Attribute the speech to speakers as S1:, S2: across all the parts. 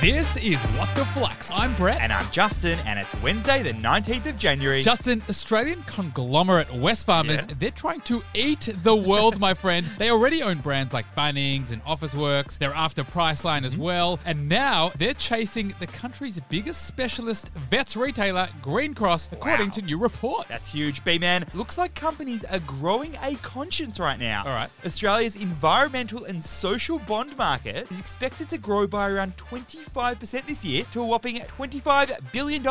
S1: This is What the Flux. I'm Brett.
S2: And I'm Justin, and it's Wednesday, the 19th of January.
S1: Justin, Australian conglomerate Wesfarmers,
S2: Yeah.
S1: they're trying to eat the world, my friend. They already own brands like Bunnings and Officeworks. They're after Priceline
S2: Mm-hmm.
S1: as well. And now they're chasing the country's biggest specialist vets retailer, Green Cross, according
S2: Wow.
S1: to new reports.
S2: That's huge, B man. Looks like companies are growing a conscience right now.
S1: All right.
S2: Australia's environmental and social bond market is expected to grow by around 25% this year to a whopping $25 billion.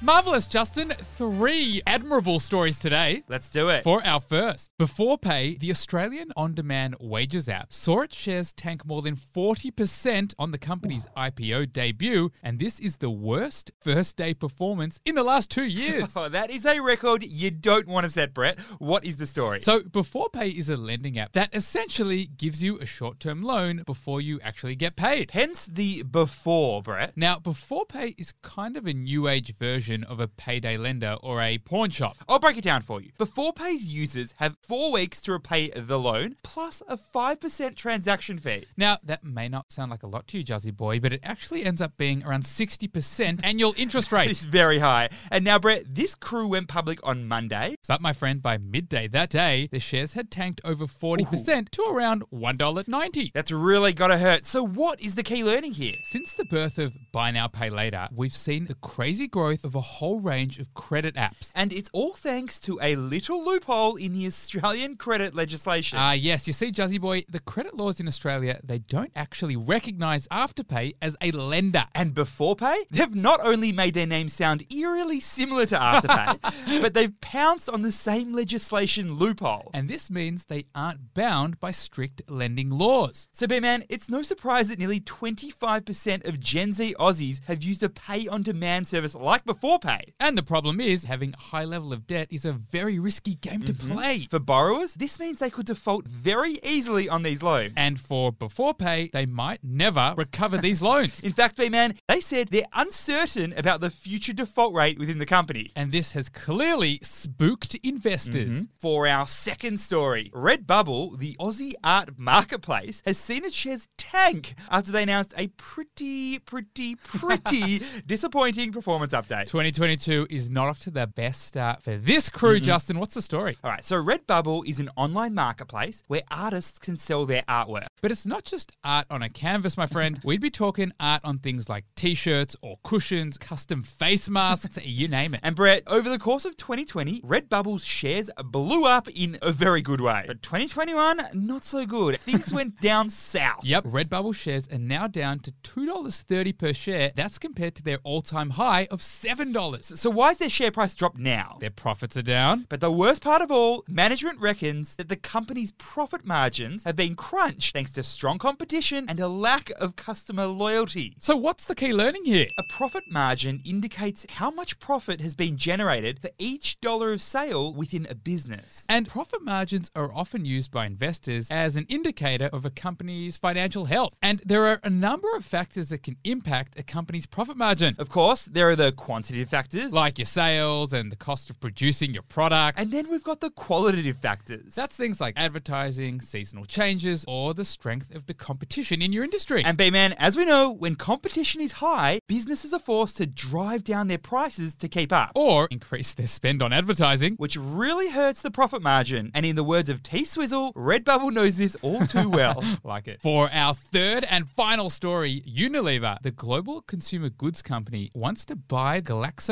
S1: Marvelous, Justin. Three admirable stories today.
S2: Let's do it.
S1: For our first, before pay, the Australian on demand wages app saw its shares tank more than 40% on the company's IPO debut, and this is the worst first day performance in the last two years.
S2: Oh, that is a record you don't want to set, Brett. What is the story?
S1: So, BeforePay is a lending app that essentially gives you a short term loan before you actually get paid.
S2: Hence the before, Brett.
S1: Now, BeforePay is kind of a new age version of a payday lender or a pawn shop.
S2: I'll break it down for you. Beforepay's users have four weeks to repay the loan plus a 5% transaction fee.
S1: Now, that may not sound like a lot to you, Jazzy Boy, but it actually ends up being around 60% annual interest
S2: It's
S1: rate.
S2: very high. And now, Brett, this crew went public on Monday.
S1: But my friend, by midday that day, the shares had tanked over 40% to around $1.90.
S2: That's really gotta hurt. So, what is the key learning here?
S1: Since the birth of Buy Now Pay Later, we've seen the crazy growth of a whole range of credit apps.
S2: And it's all thanks to a little loophole in the Australian credit legislation.
S1: Ah, yes, you see, Jazzy Boy, the credit laws in Australia, they don't actually recognize Afterpay as a lender.
S2: and Beforepay, they've not only made their name sound eerily similar to Afterpay, but they've pounced on the same legislation loophole.
S1: And this means they aren't bound by strict lending laws.
S2: So, B man, it's no surprise that nearly 25% of Gen Z Aussies have used a pay on demand service like Beforepay.
S1: And the problem is, having a high level of debt is a very risky game to play.
S2: For borrowers, this means they could default very easily on these loans.
S1: And for before pay, they might never recover these loans.
S2: In fact, B-Man, they said they're uncertain about the future default rate within the company.
S1: And this has clearly spooked investors.
S2: For our second story, Redbubble, the Aussie art marketplace, has seen its shares tank after they announced a pretty, pretty, pretty disappointing performance update.
S1: 2022 is not off to the best start for this crew, Justin. What's the story?
S2: All right, so Redbubble is an online marketplace where artists can sell their artwork.
S1: But it's not just art on a canvas, my friend. We'd be talking art on things like t shirts or cushions, custom face masks, you name it.
S2: And Brett, over the course of 2020, Redbubble's shares blew up in a very good way. But 2021, not so good. Things went down south.
S1: Yep, Redbubble shares are now down to $2.30 per share. That's compared to their all time high of $7.
S2: So why is their share price dropped now?
S1: Their profits are down.
S2: But the worst part of all, management reckons that the company's profit margins have been crunched thanks to strong competition and a lack of customer loyalty.
S1: So, what's the key learning here?
S2: A profit margin indicates how much profit has been generated for each dollar of sale within a business.
S1: And profit margins are often used by investors as an indicator of a company's financial health. And there are a number of factors that can impact a company's profit margin,
S2: Of course, there are the quantitative factors,
S1: like your sales and the cost of producing your product.
S2: and then we've got the qualitative factors.
S1: that's things like advertising, seasonal changes, or the strength of the competition in your industry.
S2: and B man, as we know, when competition is high, businesses are forced to drive down their prices to keep up.
S1: or increase their spend on advertising.
S2: which really hurts the profit margin. And in the words of T Swizzle, Redbubble knows this all too well.
S1: Like it. For our third and final story, Unilever, the global consumer goods company, wants to buy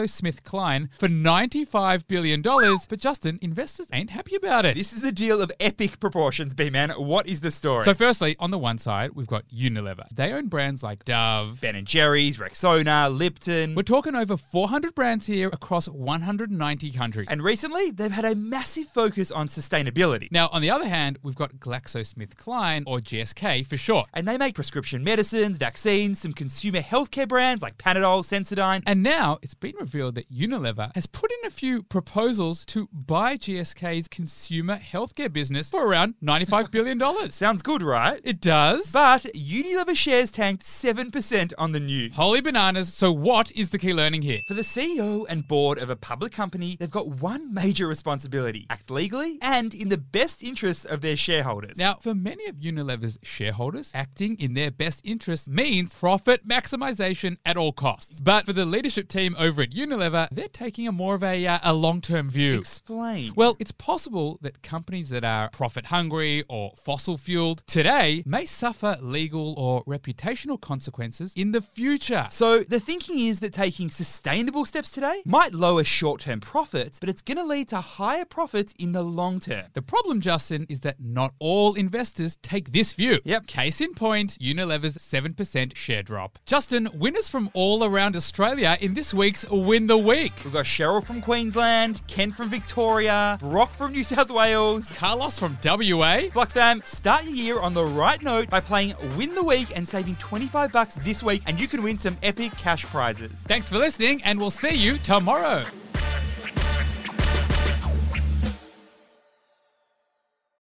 S1: GlaxoSmithKline for $95 billion. But Justin, investors ain't happy about it.
S2: this is a deal of epic proportions, B man. What is the story?
S1: so, firstly, on the one side, we've got Unilever. They own brands like Dove.
S2: Ben and Jerry's, Rexona, Lipton.
S1: We're talking over 400 brands here across 190 countries.
S2: and recently, they've had a massive focus on sustainability.
S1: now, on the other hand, we've got GlaxoSmithKline, or GSK for short.
S2: And they make prescription medicines, vaccines, some consumer healthcare brands like Panadol, Sensodyne.
S1: And now it's been revealed that Unilever has put in a few proposals to buy GSK's consumer healthcare business for around $95 billion.
S2: Sounds good, right?
S1: it does.
S2: But Unilever shares tanked 7% on the news.
S1: Holy bananas. So, what is the key learning here?
S2: For the CEO and board of a public company, they've got one major responsibility act legally and in the best interests of their shareholders.
S1: Now, for many of Unilever's shareholders, acting in their best interest means profitability. profit maximization at all costs. But for the leadership team over at Unilever, they're taking a more of a, uh, a long term view.
S2: Explain.
S1: Well, it's possible that companies that are profit hungry or fossil fueled today may suffer legal or reputational consequences in the future.
S2: So the thinking is that taking sustainable steps today might lower short-term profits, but it's going to lead to higher profits in the long term.
S1: The problem, Justin, is that not all investors take this view.
S2: Yep.
S1: Case in point, Unilever's 7% share drop. Justin, winners from all around Australia in this week's Win the Week.
S2: We've got Cheryl from Queensland, Ken from Victoria, Brock from New South Wales.
S1: Carlos from WA.
S2: Flux fam, start your year on the right note by playing Win the Week and saving 25 bucks this week, and you can win some epic cash prizes.
S1: Thanks for listening, and we'll see you tomorrow.